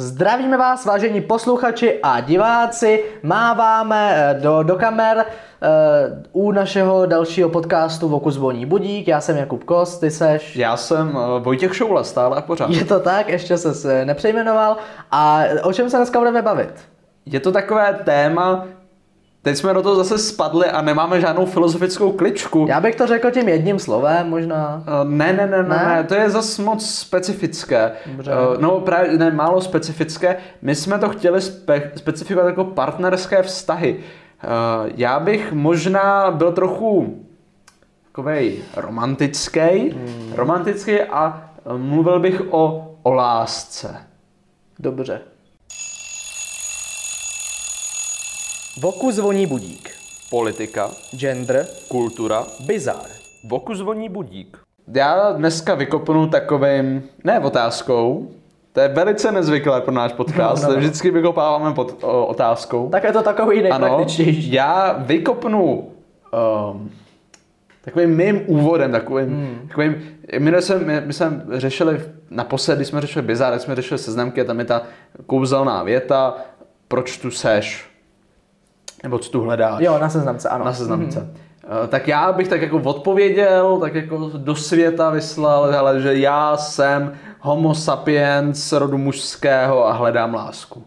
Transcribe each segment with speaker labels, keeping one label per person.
Speaker 1: Zdravíme vás, vážení posluchači a diváci. Máváme eh, do, do kamer eh, u našeho dalšího podcastu Voku zvoní budík. Já jsem Jakub Kost, ty seš...
Speaker 2: Já jsem eh, Vojtěch Šoula stále a pořád.
Speaker 1: Je to tak, ještě se se nepřejmenoval. A o čem se dneska budeme bavit?
Speaker 2: Je to takové téma, teď jsme do toho zase spadli a nemáme žádnou filozofickou kličku.
Speaker 1: Já bych to řekl tím jedním slovem možná.
Speaker 2: Eh, Ne, ne, ne, ne,
Speaker 1: Ne?
Speaker 2: ne, to je zas moc specifické.
Speaker 1: Dobře.
Speaker 2: Eh, No právě, ne, málo specifické. My jsme to chtěli spe- specifikovat jako partnerské vztahy. Eh, Já bych možná byl trochu takovej romantický,
Speaker 1: Hmm.
Speaker 2: romantický a eh, mluvil bych o, o lásce.
Speaker 1: Dobře. Voku zvoní budík.
Speaker 2: Politika,
Speaker 1: Gender.
Speaker 2: kultura,
Speaker 1: Bizar.
Speaker 2: Voku zvoní budík. Já dneska vykopnu takovým, ne otázkou, to je velice nezvyklé pro náš podcast,
Speaker 1: No, no,
Speaker 2: no, no.
Speaker 1: no.
Speaker 2: vždycky vykopáváme pod o, otázkou.
Speaker 1: Tak je to takový nejpraktičtější.
Speaker 2: já vykopnu um, takovým mým úvodem, takovým,
Speaker 1: Hmm.
Speaker 2: hmm. takovým my jsme, my, my jsme řešili naposledy, když jsme řešili bizar, tak jsme řešili seznamky a tam je ta kouzelná věta, proč tu seš, nebo co tu hledáš
Speaker 1: Jo, na seznamce, ano.
Speaker 2: na seznamce. No. Eh, Tak já bych tak jako odpověděl, tak jako do světa vyslal, hele, že já jsem homo sapiens rodu mužského a hledám lásku.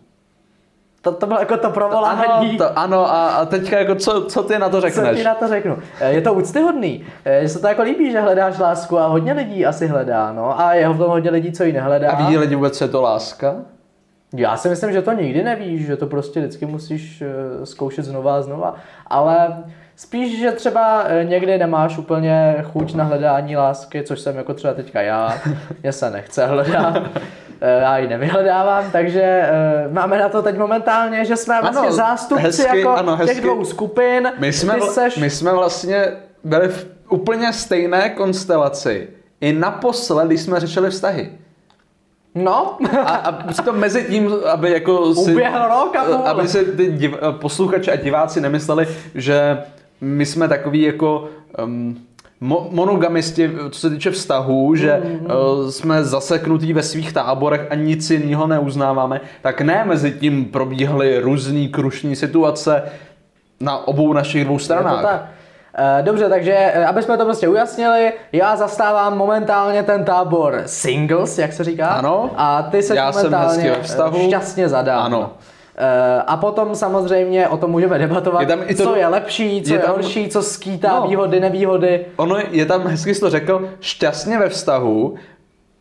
Speaker 1: To, to bylo jako to provolání.
Speaker 2: Ano, to, ano a, a teďka jako co, co ty na to
Speaker 1: Co ti
Speaker 2: řekneš?
Speaker 1: na to řeknu? Eh, Je to úctyhodný. Eh, Že se to jako líbí, že hledáš lásku a hodně lidí asi hledá, no. A je v tom hodně lidí, co ji nehledá.
Speaker 2: A vidí lidi vůbec, co je to láska?
Speaker 1: Já si myslím, že to nikdy nevíš, že to prostě vždycky musíš eh, zkoušet znova a znova. Ale spíš, že třeba eh, někdy nemáš úplně chuť na hledání lásky, což jsem jako třeba teďka já. Mně se nechce hledat. Eh, Já ji nevyhledávám, takže eh, máme na to teď momentálně, že jsme vlastně
Speaker 2: Ano,
Speaker 1: zástupci
Speaker 2: hezky,
Speaker 1: jako
Speaker 2: ano,
Speaker 1: těch
Speaker 2: hezky.
Speaker 1: dvou skupin.
Speaker 2: My jsme,
Speaker 1: Ty
Speaker 2: vl-
Speaker 1: seš...
Speaker 2: my jsme vlastně byli v úplně stejné konstelaci. I naposledy jsme řešili vztahy.
Speaker 1: No,
Speaker 2: A, a přitom mezi tím, aby jako si, Eh,
Speaker 1: Uběhl rok a půl.
Speaker 2: aby si ty div, eh, posluchači a diváci nemysleli, že my jsme takový jako um, mo, monogamisti, co se týče vztahů, že
Speaker 1: Mhm.
Speaker 2: uh, jsme zaseknutí ve svých táborech a nic jiného neuznáváme, tak ne, mezi tím probíhaly různý krušní situace na obou našich dvou stranách.
Speaker 1: Je to tak. Eh, Dobře, takže eh, aby jsme to prostě ujasnili, já zastávám momentálně ten tábor singles, jak se říká.
Speaker 2: Ano.
Speaker 1: A ty se
Speaker 2: Já jsem
Speaker 1: momentálně
Speaker 2: hezky ve vztahu.
Speaker 1: eh, šťastně zadá.
Speaker 2: Ano.
Speaker 1: Eh, A potom samozřejmě o tom můžeme debatovat,
Speaker 2: Je tam i to-
Speaker 1: co je lepší, co je,
Speaker 2: je tam-
Speaker 1: horší, co skýtá
Speaker 2: No.
Speaker 1: výhody, nevýhody.
Speaker 2: Ono je tam, hezky jsi to řekl, šťastně ve vztahu,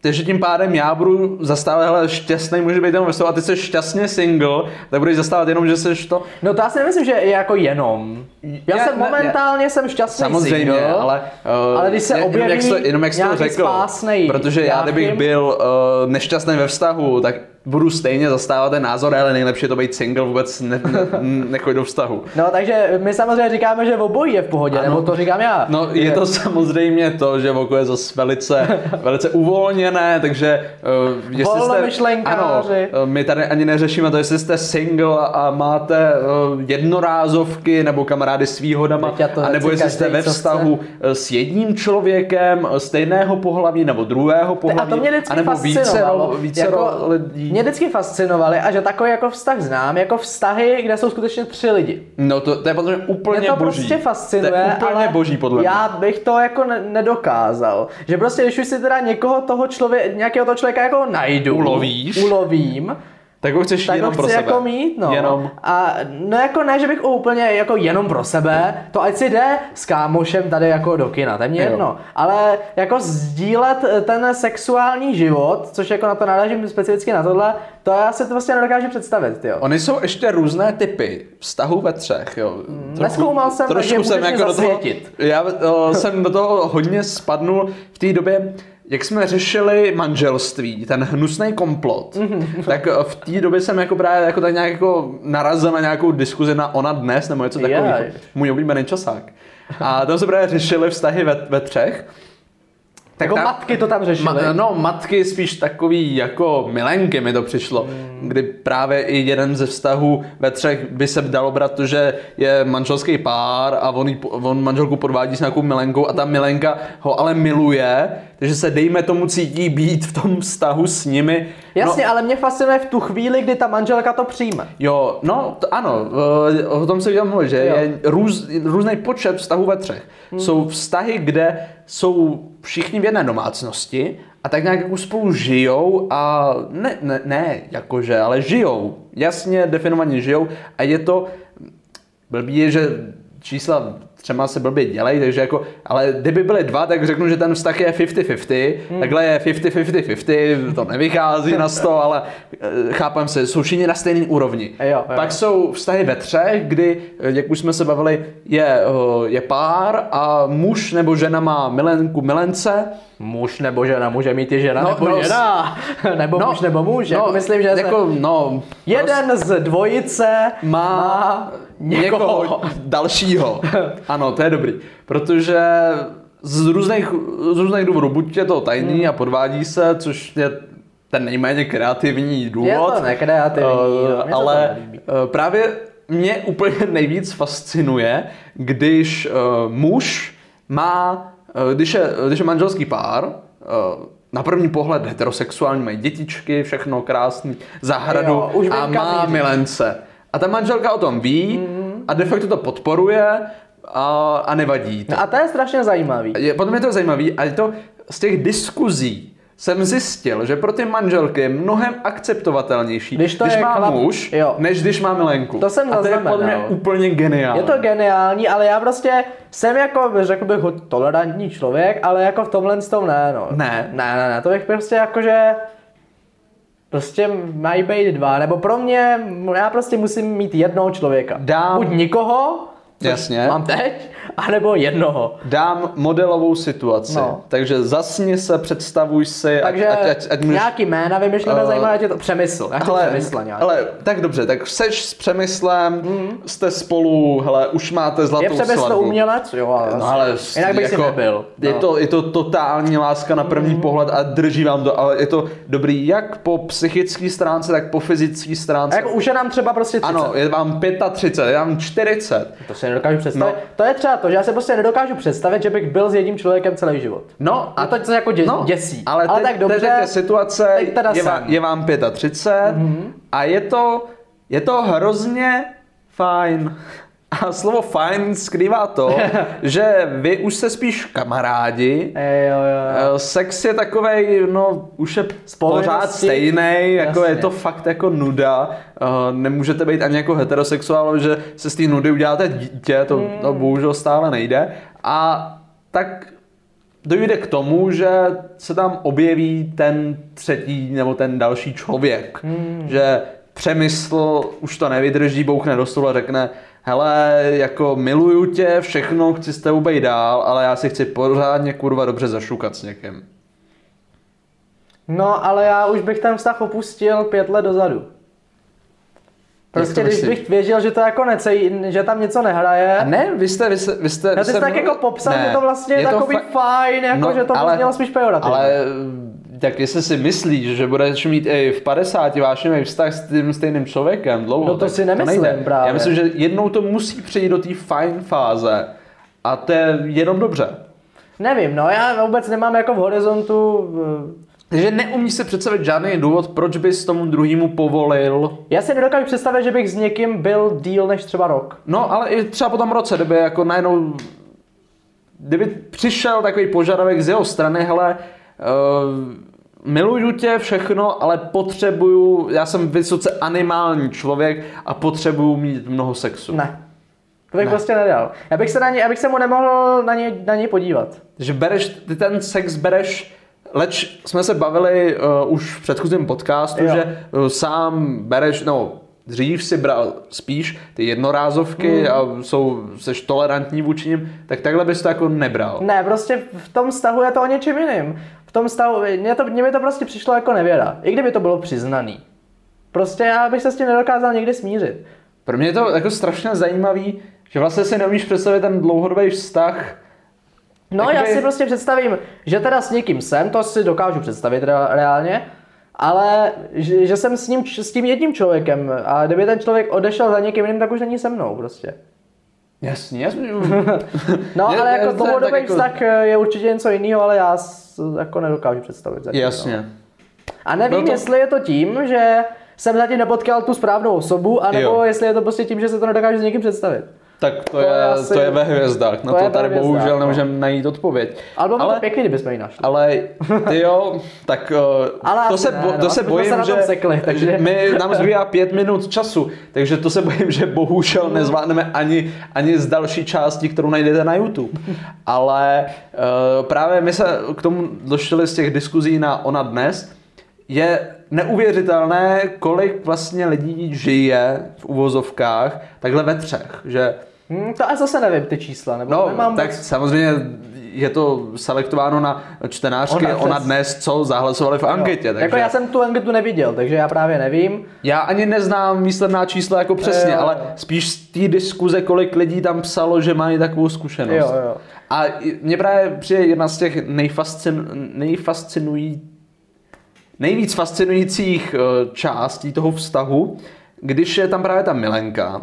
Speaker 2: takže tím pádem já budu zastávat, hele, šťastný může být jenom ve vztahu a ty jsi šťastně single, tak budeš zastávat jenom, že jsi to.
Speaker 1: No to já si nemyslím, že je jako jenom. Já
Speaker 2: Je-
Speaker 1: jsem
Speaker 2: ne-
Speaker 1: momentálně jsem šťastný
Speaker 2: Samozřejmě,
Speaker 1: single,
Speaker 2: ale, eh,
Speaker 1: ale když se
Speaker 2: jenom
Speaker 1: objeví
Speaker 2: jak jsi to, jenom jak jsi to
Speaker 1: nějaký
Speaker 2: řekl,
Speaker 1: spásnej,
Speaker 2: protože já kdybych
Speaker 1: nějakým-
Speaker 2: byl uh, nešťastný ve vztahu, tak budu stejně zastávat ten názor, ale nejlepší je to být single, vůbec ne, ne, nechoď do vztahu.
Speaker 1: No takže my samozřejmě říkáme, že obojí je v pohodě,
Speaker 2: Ano.
Speaker 1: nebo to říkám já.
Speaker 2: No, je to samozřejmě to, že Voko je zase velice, velice uvolněné, takže uh, jestli
Speaker 1: Volnomyšlenkáři.
Speaker 2: Ano, eh, my tady ani neřešíme to, jestli jste single a máte uh, jednorázovky nebo kamarády s výhodama,
Speaker 1: Teď já to
Speaker 2: a nebo
Speaker 1: nechci
Speaker 2: jestli jste
Speaker 1: každej,
Speaker 2: ve
Speaker 1: co
Speaker 2: vztahu eh, s jedním člověkem eh, stejného pohlaví nebo druhého
Speaker 1: A
Speaker 2: pohlaví,
Speaker 1: to mě vždycky
Speaker 2: anebo více,
Speaker 1: fascinovalo.
Speaker 2: více
Speaker 1: jako,
Speaker 2: lidí.
Speaker 1: Mě vždycky fascinovaly a že takový jako vztah znám, jako vztahy, kde jsou skutečně tři lidi.
Speaker 2: No to, to je podle mě úplně
Speaker 1: Mě to
Speaker 2: boží.
Speaker 1: prostě fascinuje,
Speaker 2: to je úplně
Speaker 1: ale
Speaker 2: boží podle mě.
Speaker 1: já bych to jako ne- nedokázal. Že prostě, když už si teda někoho toho člověka, nějakého toho člověka jako najdu,
Speaker 2: Ulovíš?
Speaker 1: ulovím,
Speaker 2: Tak ho chceš
Speaker 1: tak
Speaker 2: jenom
Speaker 1: ho
Speaker 2: pro
Speaker 1: chci
Speaker 2: sebe.
Speaker 1: jako mít, no.
Speaker 2: Jenom.
Speaker 1: A no jako ne, že bych úplně jako jenom pro sebe, to ať si jde s kámošem tady jako do kina, to je mě
Speaker 2: Jo.
Speaker 1: jedno. Ale jako sdílet eh, ten sexuální život, což jako na to narážím specificky na tohle, to já si to vlastně nedokážu představit, jo.
Speaker 2: Oni jsou ještě různé typy vztahů ve třech, jo.
Speaker 1: Mm, neskoumal jsem, takže
Speaker 2: trošku
Speaker 1: můžeš
Speaker 2: jsem
Speaker 1: mě
Speaker 2: jako do toho,
Speaker 1: zasvětit.
Speaker 2: já o, jsem do toho hodně spadnul v té době, jak jsme řešili manželství, ten hnusný komplot,
Speaker 1: Mhm.
Speaker 2: tak eh, v té době jsem jako právě jako tak nějak jako narazil na nějakou diskuzi na ona dnes, nebo něco takového,
Speaker 1: Jaj.
Speaker 2: můj oblíbený časák. A tam se právě řešili vztahy ve, ve třech. Tak
Speaker 1: Jako matky to tam řešily.
Speaker 2: Ma, no, matky spíš takový jako milenky mi to přišlo, hmm. kdy právě i jeden ze vztahů ve třech by se dalo brát to, že je manželský pár a on, jí po- on manželku podvádí s nějakou milenkou a ta milenka ho ale miluje, že se dejme tomu cítí být v tom vztahu s nimi.
Speaker 1: Jasně,
Speaker 2: no,
Speaker 1: ale mě fascinuje v tu chvíli, kdy ta manželka to přijme.
Speaker 2: Jo, no t- ano, eh, o tom se mluvil, že
Speaker 1: Jo.
Speaker 2: je růz, různý počet vztahů ve třech. Hmm. Jsou vztahy, kde jsou všichni v jedné domácnosti a tak nějak jako spolu žijou a ne, ne, ne jakože, ale žijou. Jasně definovaně žijou a je to, blbý je, že čísla třema se blbě dělají, takže jako, ale kdyby byly dva, tak řeknu, že ten vztah je 50-50, hmm. takhle je 50-50-50, to nevychází na 100, ale eh, chápem se, jsou všichni na stejné úrovni.
Speaker 1: Jo, jo.
Speaker 2: Pak jsou vztahy ve třech, kdy, eh, jak už jsme se bavili, je, eh, je pár a muž nebo žena má milenku, milence,
Speaker 1: Muž nebo žena, může mít i žena
Speaker 2: No,
Speaker 1: nebo
Speaker 2: no,
Speaker 1: žena, nebo
Speaker 2: no,
Speaker 1: muž nebo muž, no, jako myslím, že jako No,
Speaker 2: jako, no,
Speaker 1: jeden z dvojice
Speaker 2: má,
Speaker 1: má
Speaker 2: někoho,
Speaker 1: někoho.
Speaker 2: dalšího. Ano, to je dobrý, protože z různých, z různých důvodů, buď je to tajný
Speaker 1: Hmm.
Speaker 2: a podvádí se, což je ten nejméně kreativní důvod.
Speaker 1: nekreativní,
Speaker 2: Eh,
Speaker 1: no, mně se to
Speaker 2: ale
Speaker 1: nelíbí.
Speaker 2: eh, právě mě úplně nejvíc fascinuje, když eh, muž má, eh, když je, když je manželský pár, eh, na první pohled heterosexuální, mají dětičky, všechno krásný, zahradu
Speaker 1: Jo, už vím,
Speaker 2: a
Speaker 1: kam Mhm.
Speaker 2: má
Speaker 1: míříš.
Speaker 2: milence. A ta manželka o tom ví a de facto to podporuje a, a nevadí. To.
Speaker 1: No a to je strašně zajímavý.
Speaker 2: Je, potom je to zajímavé, a je to z těch diskuzí jsem zjistil, že pro ty manželky je mnohem akceptovatelnější,
Speaker 1: Když to je
Speaker 2: má
Speaker 1: chlap-
Speaker 2: muž,
Speaker 1: jo.
Speaker 2: než když má milenku.
Speaker 1: To jsem
Speaker 2: a to je
Speaker 1: zaznamenal.
Speaker 2: podle mě úplně geniální.
Speaker 1: Je to geniální, ale já prostě jsem jako, řekl bych, ho- tolerantní člověk, ale jako v tomhle s tom ne, no.
Speaker 2: Ne.
Speaker 1: Ne, ne, ne, to bych prostě jakože... Prostě mají být dva, nebo pro mě, já prostě musím mít jednoho člověka.
Speaker 2: Dám-
Speaker 1: Buď nikoho, což
Speaker 2: Jasně.
Speaker 1: mám teď, anebo jednoho.
Speaker 2: Dám modelovou situaci.
Speaker 1: No.
Speaker 2: Takže zasni se, představuj si,
Speaker 1: Takže
Speaker 2: ať, ať, ať můžeš...
Speaker 1: nějaký jména vymyšlíme,
Speaker 2: Eh,
Speaker 1: zajímavé, ať je to přemysl. Já chci
Speaker 2: Hele,
Speaker 1: přemysl nějak. Mhm.
Speaker 2: hele, tak dobře, tak seš s Přemyslem, jste spolu, hele, už máte zlatou
Speaker 1: je přemysl
Speaker 2: svatbu.
Speaker 1: umělec? Jo, ale,
Speaker 2: No ale no.
Speaker 1: jinak bych si nebyl.
Speaker 2: Je, to, je to totální láska na první
Speaker 1: Mm.
Speaker 2: pohled a drží vám to, ale je to dobrý jak po psychické stránce, tak po fyzické
Speaker 1: A
Speaker 2: stránce.
Speaker 1: jako už je nám třeba prostě 30.
Speaker 2: ano, je vám 35, je vám 40.
Speaker 1: To si nedokážu představit.
Speaker 2: No.
Speaker 1: No. To je třeba to, že já si prostě nedokážu představit, že bych byl s jedním člověkem celý život.
Speaker 2: No
Speaker 1: A to se jako dě, no, děsí.
Speaker 2: Ale,
Speaker 1: ale
Speaker 2: teď,
Speaker 1: tak dobře.
Speaker 2: teď je situace,
Speaker 1: teď teda Mhm.
Speaker 2: je, vám,
Speaker 1: jsem.
Speaker 2: je vám 35 mm-hmm. a je to, je to hrozně fajn. A slovo fajn skrývá to, že vy už se spíš kamarádi,
Speaker 1: Ej, jo, jo.
Speaker 2: Eh, Sex je takovej, no už je pořád
Speaker 1: povinnosti.
Speaker 2: stejný, jako
Speaker 1: Jasně.
Speaker 2: je to fakt jako nuda. Eh, Nemůžete být ani jako heterosexuál, že se z té nudy uděláte dítě, to, to bohužel stále nejde. A tak dojde k tomu, že se tam objeví ten třetí nebo ten další člověk. Že přemysl už to nevydrží, bouchne do stolu a řekne hele, jako miluju tě, všechno, chci s tebou být dál, ale já si chci pořádně kurva dobře zašukat s někým.
Speaker 1: No, ale já už bych ten vztah opustil pět let dozadu. Prostě když
Speaker 2: myslíš?
Speaker 1: bych věřil, že to jako necejí, že tam něco
Speaker 2: A
Speaker 1: nehraje.
Speaker 2: ne, vy jste, vy jste, vy jste...
Speaker 1: Já ty jsi tak jako popsal, že to vlastně je takový
Speaker 2: fa- no,
Speaker 1: fajn, jako že to ale, mělo spíš pejorativně.
Speaker 2: Ale eh, tak jestli si myslíš, že budeš mít i v 50 vášnivý vztah s tím stejným člověkem dlouho,
Speaker 1: No to
Speaker 2: tak
Speaker 1: si nemyslím
Speaker 2: nejde.
Speaker 1: právě.
Speaker 2: Já myslím, že jednou to musí přejít do té fajn fáze a to je jenom dobře.
Speaker 1: Nevím, no já vůbec nemám jako v horizontu eh,
Speaker 2: Takže neumí se představit žádný důvod, proč bys tomu druhému povolil.
Speaker 1: Já si nedokážu představit, že bych s někým byl díl než třeba rok.
Speaker 2: No, ale i třeba po tom roce, kdyby jako najednou, kdyby přišel takový požadavek z jeho strany, hele, uh, miluju tě všechno, ale potřebuju, já jsem vysoce animální člověk a potřebuju mít mnoho sexu.
Speaker 1: Ne. To bych ne. prostě nedal. Já bych se, na ně, já bych se mu nemohl na něj na ně podívat.
Speaker 2: Že bereš, ty ten sex bereš, leč jsme se bavili uh, už v předchozím podcastu,
Speaker 1: Jo.
Speaker 2: že uh, sám bereš, no dřív si bral spíš ty jednorázovky a jsou, seš tolerantní vůči nim, tak takhle bys to jako nebral.
Speaker 1: Ne, prostě v tom vztahu je to o něčem jiným. V tom vztahu, mně, to, mně by to prostě přišlo jako nevěra. I kdyby to bylo přiznaný. Prostě já bych se s tím nedokázal někdy smířit.
Speaker 2: Pro mě je to jako strašně zajímavý, že vlastně si neumíš představit ten dlouhodobý vztah.
Speaker 1: No,
Speaker 2: Jakoby-
Speaker 1: já si prostě představím, že teda s někým jsem, to si dokážu představit re- reálně, ale že, že jsem s, ním, č- s tím jedním člověkem a kdyby ten člověk odešel za někým jiným, tak už není se mnou prostě.
Speaker 2: Jasně, jasně.
Speaker 1: No,
Speaker 2: Je-
Speaker 1: ale
Speaker 2: je-
Speaker 1: jako
Speaker 2: to je tak
Speaker 1: dlouhodobý
Speaker 2: jako-
Speaker 1: vztah eh, je určitě něco jiného, ale já s- jako nedokážu představit zatím. No.
Speaker 2: jasně.
Speaker 1: A nevím,
Speaker 2: Byl to-
Speaker 1: jestli je to tím, že jsem zatím nepotkal tu správnou osobu, anebo
Speaker 2: Jo.
Speaker 1: jestli je to prostě tím, že se to nedokážu s někým představit.
Speaker 2: Tak to,
Speaker 1: je
Speaker 2: je,
Speaker 1: asi-
Speaker 2: to je ve hvězdách, na
Speaker 1: to
Speaker 2: to,
Speaker 1: je ve
Speaker 2: tady
Speaker 1: hvězdách,
Speaker 2: bohužel
Speaker 1: no.
Speaker 2: nemůžeme najít odpověď.
Speaker 1: Ale bylo ale...
Speaker 2: ale,
Speaker 1: to pěkný, kdybychom ji našli.
Speaker 2: ale ty jo, tak
Speaker 1: Ale
Speaker 2: ale to,
Speaker 1: asi
Speaker 2: se,
Speaker 1: ne,
Speaker 2: bo-
Speaker 1: no,
Speaker 2: to se
Speaker 1: aspoň jsme
Speaker 2: bojím,
Speaker 1: se na
Speaker 2: že,
Speaker 1: tom sekli, takže-
Speaker 2: že my, nám zbývá pět minut času, takže to se bojím, že bohužel nezvládneme ani, ani z další části, kterou najdete na YouTube. Ale eh, právě my se k tomu došli z těch diskuzí na Ona dnes, je neuvěřitelné, kolik vlastně lidí žije v uvozovkách takhle ve třech, že
Speaker 1: Hmm, to asi zase nevím, ty čísla, nebo
Speaker 2: No,
Speaker 1: nemám
Speaker 2: tak
Speaker 1: moc-
Speaker 2: samozřejmě je to selektováno na čtenářky
Speaker 1: Ona
Speaker 2: ona,
Speaker 1: dnes.
Speaker 2: dnes, co zahlasovali v
Speaker 1: jo.
Speaker 2: anketě. Takže
Speaker 1: Jako já jsem tu anketu neviděl, takže já právě nevím.
Speaker 2: já ani neznám výsledná čísla jako přesně,
Speaker 1: Jo, jo.
Speaker 2: ale spíš z té diskuze, kolik lidí tam psalo, že mají takovou zkušenost.
Speaker 1: Jo, jo.
Speaker 2: A i- mně právě přijde jedna z těch nejfascin, nejfascinují, nejvíc fascinujících eh, částí toho vztahu, když je tam právě ta milenka,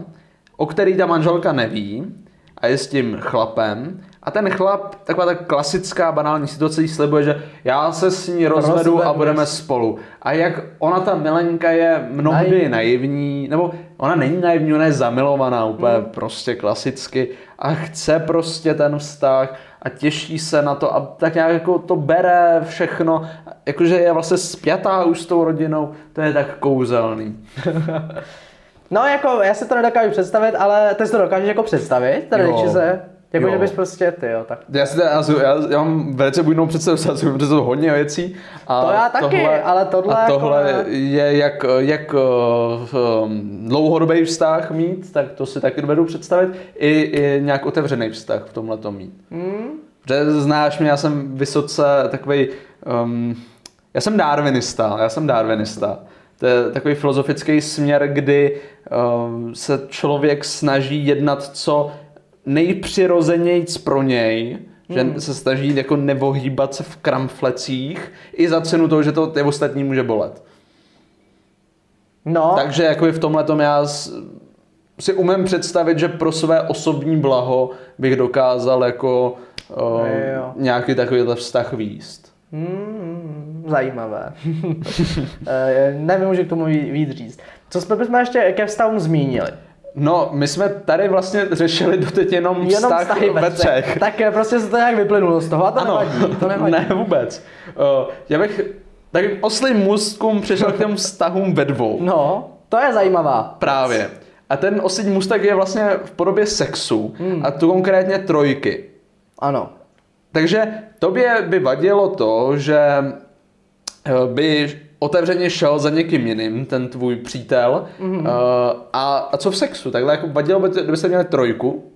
Speaker 2: o který ta manželka neví a je s tím chlapem a ten chlap, taková ta klasická banální situace, jí slibuje, že já se s ní rozvedu,
Speaker 1: Rozvedu
Speaker 2: a
Speaker 1: se.
Speaker 2: budeme spolu. A jak ona, ta milenka, je mnohdy
Speaker 1: Naivní.
Speaker 2: naivní, nebo ona není naivní, ona je zamilovaná úplně prostě klasicky a chce prostě ten vztah a těší se na to a tak nějak jako to bere všechno, jakože je vlastně spjatá už s tou rodinou, to je tak kouzelný.
Speaker 1: No jako, já si to nedokážu představit, ale ty si to dokážeš jako představit, tady
Speaker 2: Jo.
Speaker 1: když se, jako
Speaker 2: Jo.
Speaker 1: že bys prostě, ty jo, tak
Speaker 2: Já, si teda, já, si- já, já mám velice bujnou představu, já si umím představu hodně věcí. A
Speaker 1: To já taky, ale tohle
Speaker 2: a
Speaker 1: jako
Speaker 2: tohle
Speaker 1: ne.
Speaker 2: je jak, jak um, dlouhodobý vztah mít, tak to si taky dovedu představit. I, i nějak otevřený vztah v tomhle to mít.
Speaker 1: Hmm.
Speaker 2: Protože znáš mě, já jsem vysoce takový. Um, já jsem darwinista, já jsem darwinista. To je takový filozofický směr, kdy um, se člověk snaží jednat co nejpřirozenějc pro něj, že se snaží jako nevohýbat se v kramflecích, i za cenu toho, že to ty ostatní může bolet.
Speaker 1: No,
Speaker 2: Takže jakoby v tomhle tom já s- si umím představit, že pro své osobní blaho bych dokázal jako uh,
Speaker 1: Jo.
Speaker 2: nějaký takovýhle vztah výst.
Speaker 1: Hmm, zajímavé. Eh, Nevím, že k tomu ví- víc říct. Co jsme bychom ještě ke vztahům zmínili?
Speaker 2: No, my jsme tady vlastně řešili doteď jenom vztah,
Speaker 1: Jenom vztahy
Speaker 2: ve třech.
Speaker 1: Tak eh, prostě se to nějak vyplynulo z toho a to
Speaker 2: ano,
Speaker 1: nevadí. To nevadí.
Speaker 2: ne vůbec. Uh, já bych takovým oslým můstkům přešel k těm vztahům ve dvou.
Speaker 1: No, to je zajímavá.
Speaker 2: Právě. A ten oslý můstek je vlastně v podobě sexu,
Speaker 1: Hmm.
Speaker 2: a tu konkrétně trojky.
Speaker 1: Ano.
Speaker 2: Takže tobě by vadilo to, že eh, by otevřeně šel za někým jiným, ten tvůj přítel.
Speaker 1: Mhm.
Speaker 2: Mm-hmm. A, a co v sexu? Takhle jako vadilo by, to, kdybyste měli trojku?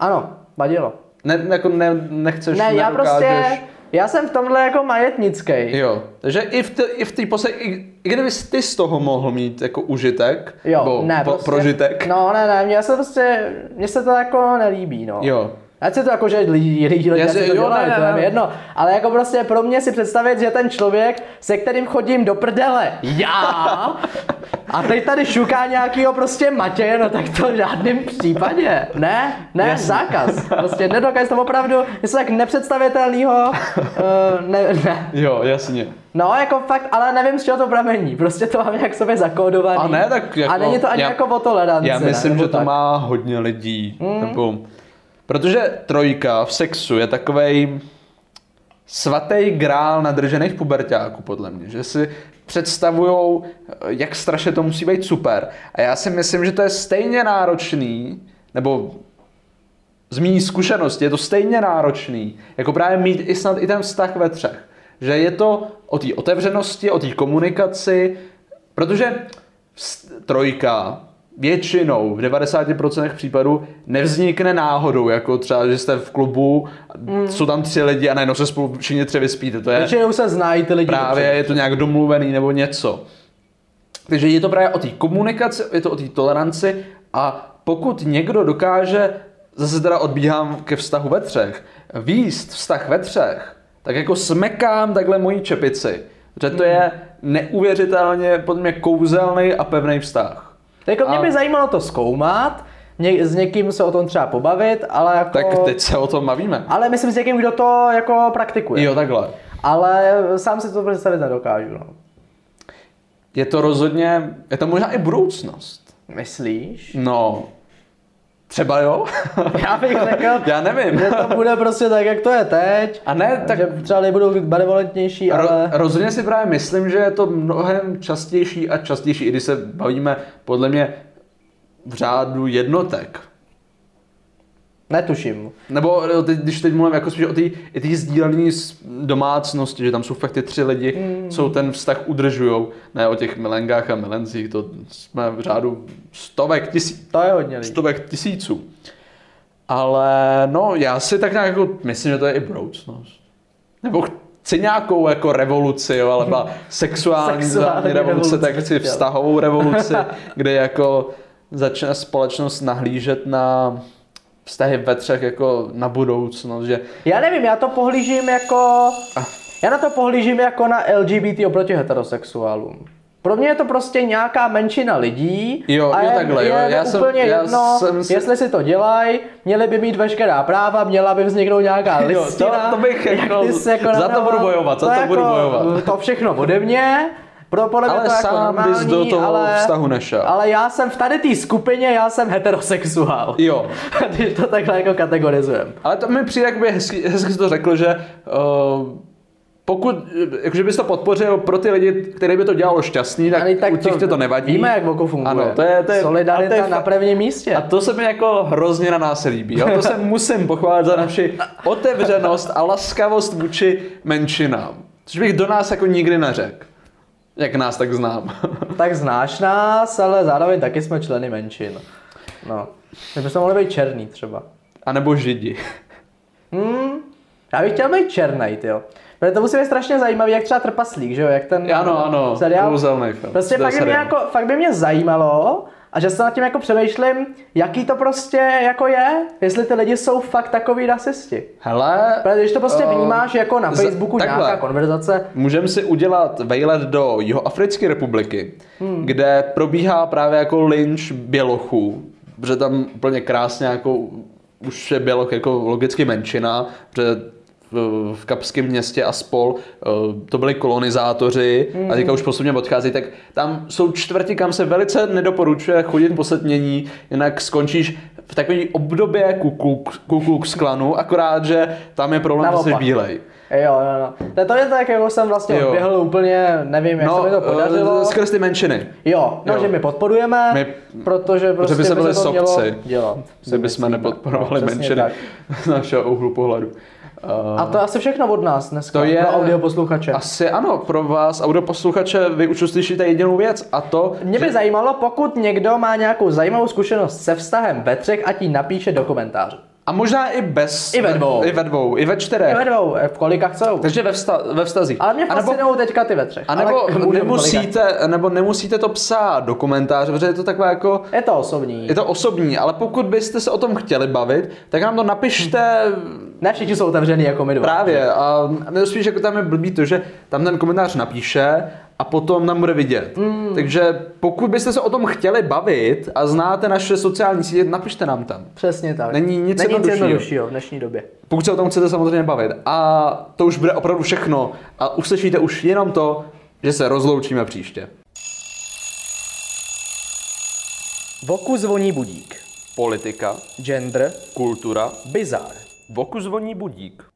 Speaker 1: Ano, vadilo.
Speaker 2: Ne, ne- jako ne, nechceš,
Speaker 1: Ne, já prostě,
Speaker 2: nedokážeš.
Speaker 1: já jsem v tomhle jako majetnický.
Speaker 2: Jo, takže i v té i v té pose, i, i kdybys ty z toho mohl mít jako užitek,
Speaker 1: Jo,
Speaker 2: nebo
Speaker 1: ne,
Speaker 2: po,
Speaker 1: prostě,
Speaker 2: prožitek.
Speaker 1: No, ne, ne, mně se prostě, mně se to jako nelíbí, no.
Speaker 2: Jo.
Speaker 1: Ať se to jako, že lidi, lidi, lidi
Speaker 2: Já
Speaker 1: ať
Speaker 2: si-
Speaker 1: si to
Speaker 2: jo,
Speaker 1: dělají,
Speaker 2: ne,
Speaker 1: to
Speaker 2: ne,
Speaker 1: je mi
Speaker 2: ne.
Speaker 1: jedno. Ale jako prostě pro mě si představit, že ten člověk, se kterým chodím do prdele, já, a teď tady šuká nějakýho prostě Matěje, no tak to v žádném případě. Ne, ne,
Speaker 2: Jasně.
Speaker 1: zákaz. Prostě nedokážu to opravdu, něco tak nepředstavitelného, uh, ne, ne.
Speaker 2: Jo, jasně.
Speaker 1: No, jako fakt, ale nevím, z čeho to pramení. Prostě to mám nějak v sobě zakódovaný.
Speaker 2: A ne, tak jako-
Speaker 1: A není to ani
Speaker 2: já-
Speaker 1: jako o toleranci.
Speaker 2: Já
Speaker 1: ne,
Speaker 2: myslím,
Speaker 1: nebo
Speaker 2: že to
Speaker 1: tak. Hmm.
Speaker 2: má hodně lidí. Nebo, protože trojka v sexu je takovej svatý grál nadržených pubertáků, podle mě. Že si představujou, eh, jak strašně to musí být super. A já si myslím, že to je stejně náročný, nebo z mý zkušenosti je to stejně náročný, jako právě mít i snad i ten vztah ve třech. Že je to o té otevřenosti, o té komunikaci, protože vst- trojka většinou v 90% případů nevznikne náhodou, jako třeba, že jste v klubu, mm. jsou tam tři lidi a najednou se spolu všichni tři vyspíte. To je
Speaker 1: Většinou se znají ty lidi.
Speaker 2: právě,
Speaker 1: dobře.
Speaker 2: je to nějak domluvený nebo něco. Takže je to právě o té komunikaci, je to o té toleranci a pokud někdo dokáže, zase teda odbíhám ke vztahu ve třech, výst vztah ve třech, tak jako smekám takhle moji čepici, že to je neuvěřitelně podle mě kouzelný a pevný vztah.
Speaker 1: Jako mě
Speaker 2: A-
Speaker 1: by zajímalo to zkoumat, Ně, s někým se o tom třeba pobavit, ale jako...
Speaker 2: Tak teď se o tom bavíme.
Speaker 1: Ale myslím s někým, kdo to jako praktikuje.
Speaker 2: Jo, takhle.
Speaker 1: Ale e, sám si to představit nedokážu. No.
Speaker 2: Je to rozhodně, je to možná i budoucnost.
Speaker 1: Myslíš?
Speaker 2: No, třeba jo.
Speaker 1: Já bych řekl,
Speaker 2: Já nevím.
Speaker 1: že to bude prostě tak, jak to je teď.
Speaker 2: A ne, tak
Speaker 1: Že třeba lidi budou benevolentnější,
Speaker 2: Ro-
Speaker 1: ale...
Speaker 2: Rozhodně si právě myslím, že je to mnohem častější a častější, i když se bavíme podle mě v řádu jednotek.
Speaker 1: Netuším.
Speaker 2: Nebo eh, teď, když teď mluvím jako spíš o té i té sdílené s- domácnosti, že tam jsou fakt ty tři lidi,
Speaker 1: Hmm.
Speaker 2: mm. co ten vztah udržujou. Ne o těch milengách a milencích, to jsme v řádu stovek, tisíc,
Speaker 1: To je hodně lidí.
Speaker 2: stovek tisíců. Ale no, já si tak nějak jako myslím, že to je i budoucnost. Nebo chci nějakou jako revoluci, jo, ale ba, sexuální,
Speaker 1: Sexuální
Speaker 2: sexuální revoluce,
Speaker 1: revoluci
Speaker 2: tak
Speaker 1: bych
Speaker 2: chci
Speaker 1: chtěl.
Speaker 2: vztahovou revoluci, kde jako začne společnost nahlížet na vztahy ve třech jako na budoucnost, že
Speaker 1: Já nevím, já to pohlížím jako... Já na to pohlížím jako na LGBT oproti heterosexuálům. Pro mě je to prostě nějaká menšina lidí
Speaker 2: Jo,
Speaker 1: a
Speaker 2: jo,
Speaker 1: je,
Speaker 2: takhle,
Speaker 1: je
Speaker 2: jo,
Speaker 1: mi
Speaker 2: já jsem-
Speaker 1: úplně
Speaker 2: já
Speaker 1: jedno,
Speaker 2: jsem si-
Speaker 1: jestli si to dělají, měli by mít veškerá práva, měla by vzniknout nějaká
Speaker 2: Jo, to-
Speaker 1: listina.
Speaker 2: to bych
Speaker 1: jak
Speaker 2: jako-
Speaker 1: ty jsi
Speaker 2: za to
Speaker 1: navrhoval.
Speaker 2: budu bojovat, za to
Speaker 1: jako,
Speaker 2: budu bojovat.
Speaker 1: To všechno ode mě, pro podle mě
Speaker 2: ale
Speaker 1: to jako
Speaker 2: sám
Speaker 1: normální,
Speaker 2: bys do toho
Speaker 1: ale,
Speaker 2: vztahu nešel.
Speaker 1: ale já jsem v tady té skupině, já jsem heterosexuál.
Speaker 2: Jo,
Speaker 1: Když to takhle jako kategorizujeme.
Speaker 2: Ale to mi přijde, jak by hezky, hezky jsi to řekl, že uh, pokud, eh, jakože bys to podpořil pro ty lidi, které by to dělalo šťastný, tak,
Speaker 1: Ale
Speaker 2: tak u těch to, to nevadí.
Speaker 1: Víme, jak Voko funguje.
Speaker 2: Ano, to je, to je, a
Speaker 1: Solidarita
Speaker 2: to je,
Speaker 1: na
Speaker 2: fa-
Speaker 1: prvním místě.
Speaker 2: a to se mi jako hrozně na nás líbí. Jo? To se musím pochválit za naši otevřenost a laskavost vůči menšinám. Což bych do nás jako nikdy neřekl. Jak nás tak znám.
Speaker 1: Tak znáš nás, ale zároveň taky jsme členy menšin. No. My bychom mohli být černý třeba.
Speaker 2: A nebo židi.
Speaker 1: Hmm. Já bych chtěl být černý, jo. Protože to musí být strašně zajímavý, jak třeba trpaslík, že jo? Jak ten
Speaker 2: Ano, ano,
Speaker 1: seriál.
Speaker 2: kouzelný film.
Speaker 1: Prostě
Speaker 2: To je
Speaker 1: fakt by, mě
Speaker 2: seriál.
Speaker 1: jako, fakt by mě zajímalo, a že se nad tím jako přemýšlím, jaký to prostě jako je, jestli ty lidi jsou fakt takový rasisti.
Speaker 2: Hele,
Speaker 1: Protože když to prostě
Speaker 2: eh,
Speaker 1: vnímáš jako na
Speaker 2: za-
Speaker 1: Facebooku
Speaker 2: takhle.
Speaker 1: nějaká konverzace,
Speaker 2: Můžeme si udělat vejlet do Jihoafrické republiky, hmm. kde probíhá právě jako lynč bělochů, protože tam úplně krásně jako už je běloch jako logicky menšina, protože v- v Kapském městě a spol eh, to byli kolonizátoři a teďka už postupně odchází, tak tam jsou čtvrti, kam se velice nedoporučuje chodit posetnění, jinak skončíš v takové obdobě kuklu k sklanu, akorát, že tam je problém, že jsi
Speaker 1: Naopak.
Speaker 2: bílej.
Speaker 1: Jo, jo, no. To- To je tak, jako jsem vlastně
Speaker 2: Jo.
Speaker 1: odběhl úplně, nevím, jak no, se mi to
Speaker 2: eh,
Speaker 1: podařilo.
Speaker 2: skrz ty menšiny.
Speaker 1: Jo, no,
Speaker 2: jo.
Speaker 1: že my podporujeme,
Speaker 2: My-
Speaker 1: protože prostě
Speaker 2: by se byli
Speaker 1: to mělo
Speaker 2: sobci.
Speaker 1: dělat.
Speaker 2: Že bychom
Speaker 1: Myslíme.
Speaker 2: nepodporovali
Speaker 1: No, přesně
Speaker 2: menšiny
Speaker 1: tak.
Speaker 2: z našeho úhlu pohledu. Uh,
Speaker 1: A to je asi všechno od nás dneska,
Speaker 2: To je-
Speaker 1: pro audio posluchače.
Speaker 2: asi ano, pro vás, audioposluchače, vy už uslyšíte jedinou věc a to,
Speaker 1: Mě by zajímalo, pokud někdo má nějakou zajímavou zkušenost se vztahem ve třech, ať ji napíše do komentářů.
Speaker 2: a možná i bez...
Speaker 1: I ve dvou.
Speaker 2: I ve dvou, i ve
Speaker 1: I
Speaker 2: čtyřech.
Speaker 1: Ve dvou, eh, v kolika chcou.
Speaker 2: Takže ve, vsta- ve vztazích.
Speaker 1: Ale mě
Speaker 2: A nebo-
Speaker 1: fascinují teďka ty ve třech.
Speaker 2: a
Speaker 1: ale
Speaker 2: nebo,
Speaker 1: můžeme kolika.
Speaker 2: nemusíte, nebo nemusíte to psát do komentáře, protože je to takové jako...
Speaker 1: Je to osobní.
Speaker 2: Je to osobní, ale pokud byste se o tom chtěli bavit, tak nám to napište
Speaker 1: Ne všichni jsou otevřený jako my dva.
Speaker 2: Právě a nejspíš jako tam je blbý to, že tam ten komentář napíše a potom nám bude vidět. Mm. Takže pokud byste se o tom chtěli bavit a znáte naše sociální sítě, napište nám tam.
Speaker 1: Přesně tak.
Speaker 2: Není nic
Speaker 1: Není nic
Speaker 2: jednoduššího.
Speaker 1: jednoduššího v dnešní době.
Speaker 2: Pokud se o tom chcete samozřejmě bavit. A to už bude opravdu všechno. A uslyšíte už jenom to, že se rozloučíme příště.
Speaker 1: Voku zvoní budík.
Speaker 2: Politika,
Speaker 1: Gender.
Speaker 2: kultura,
Speaker 1: Bizar.
Speaker 2: boku zvoní budík.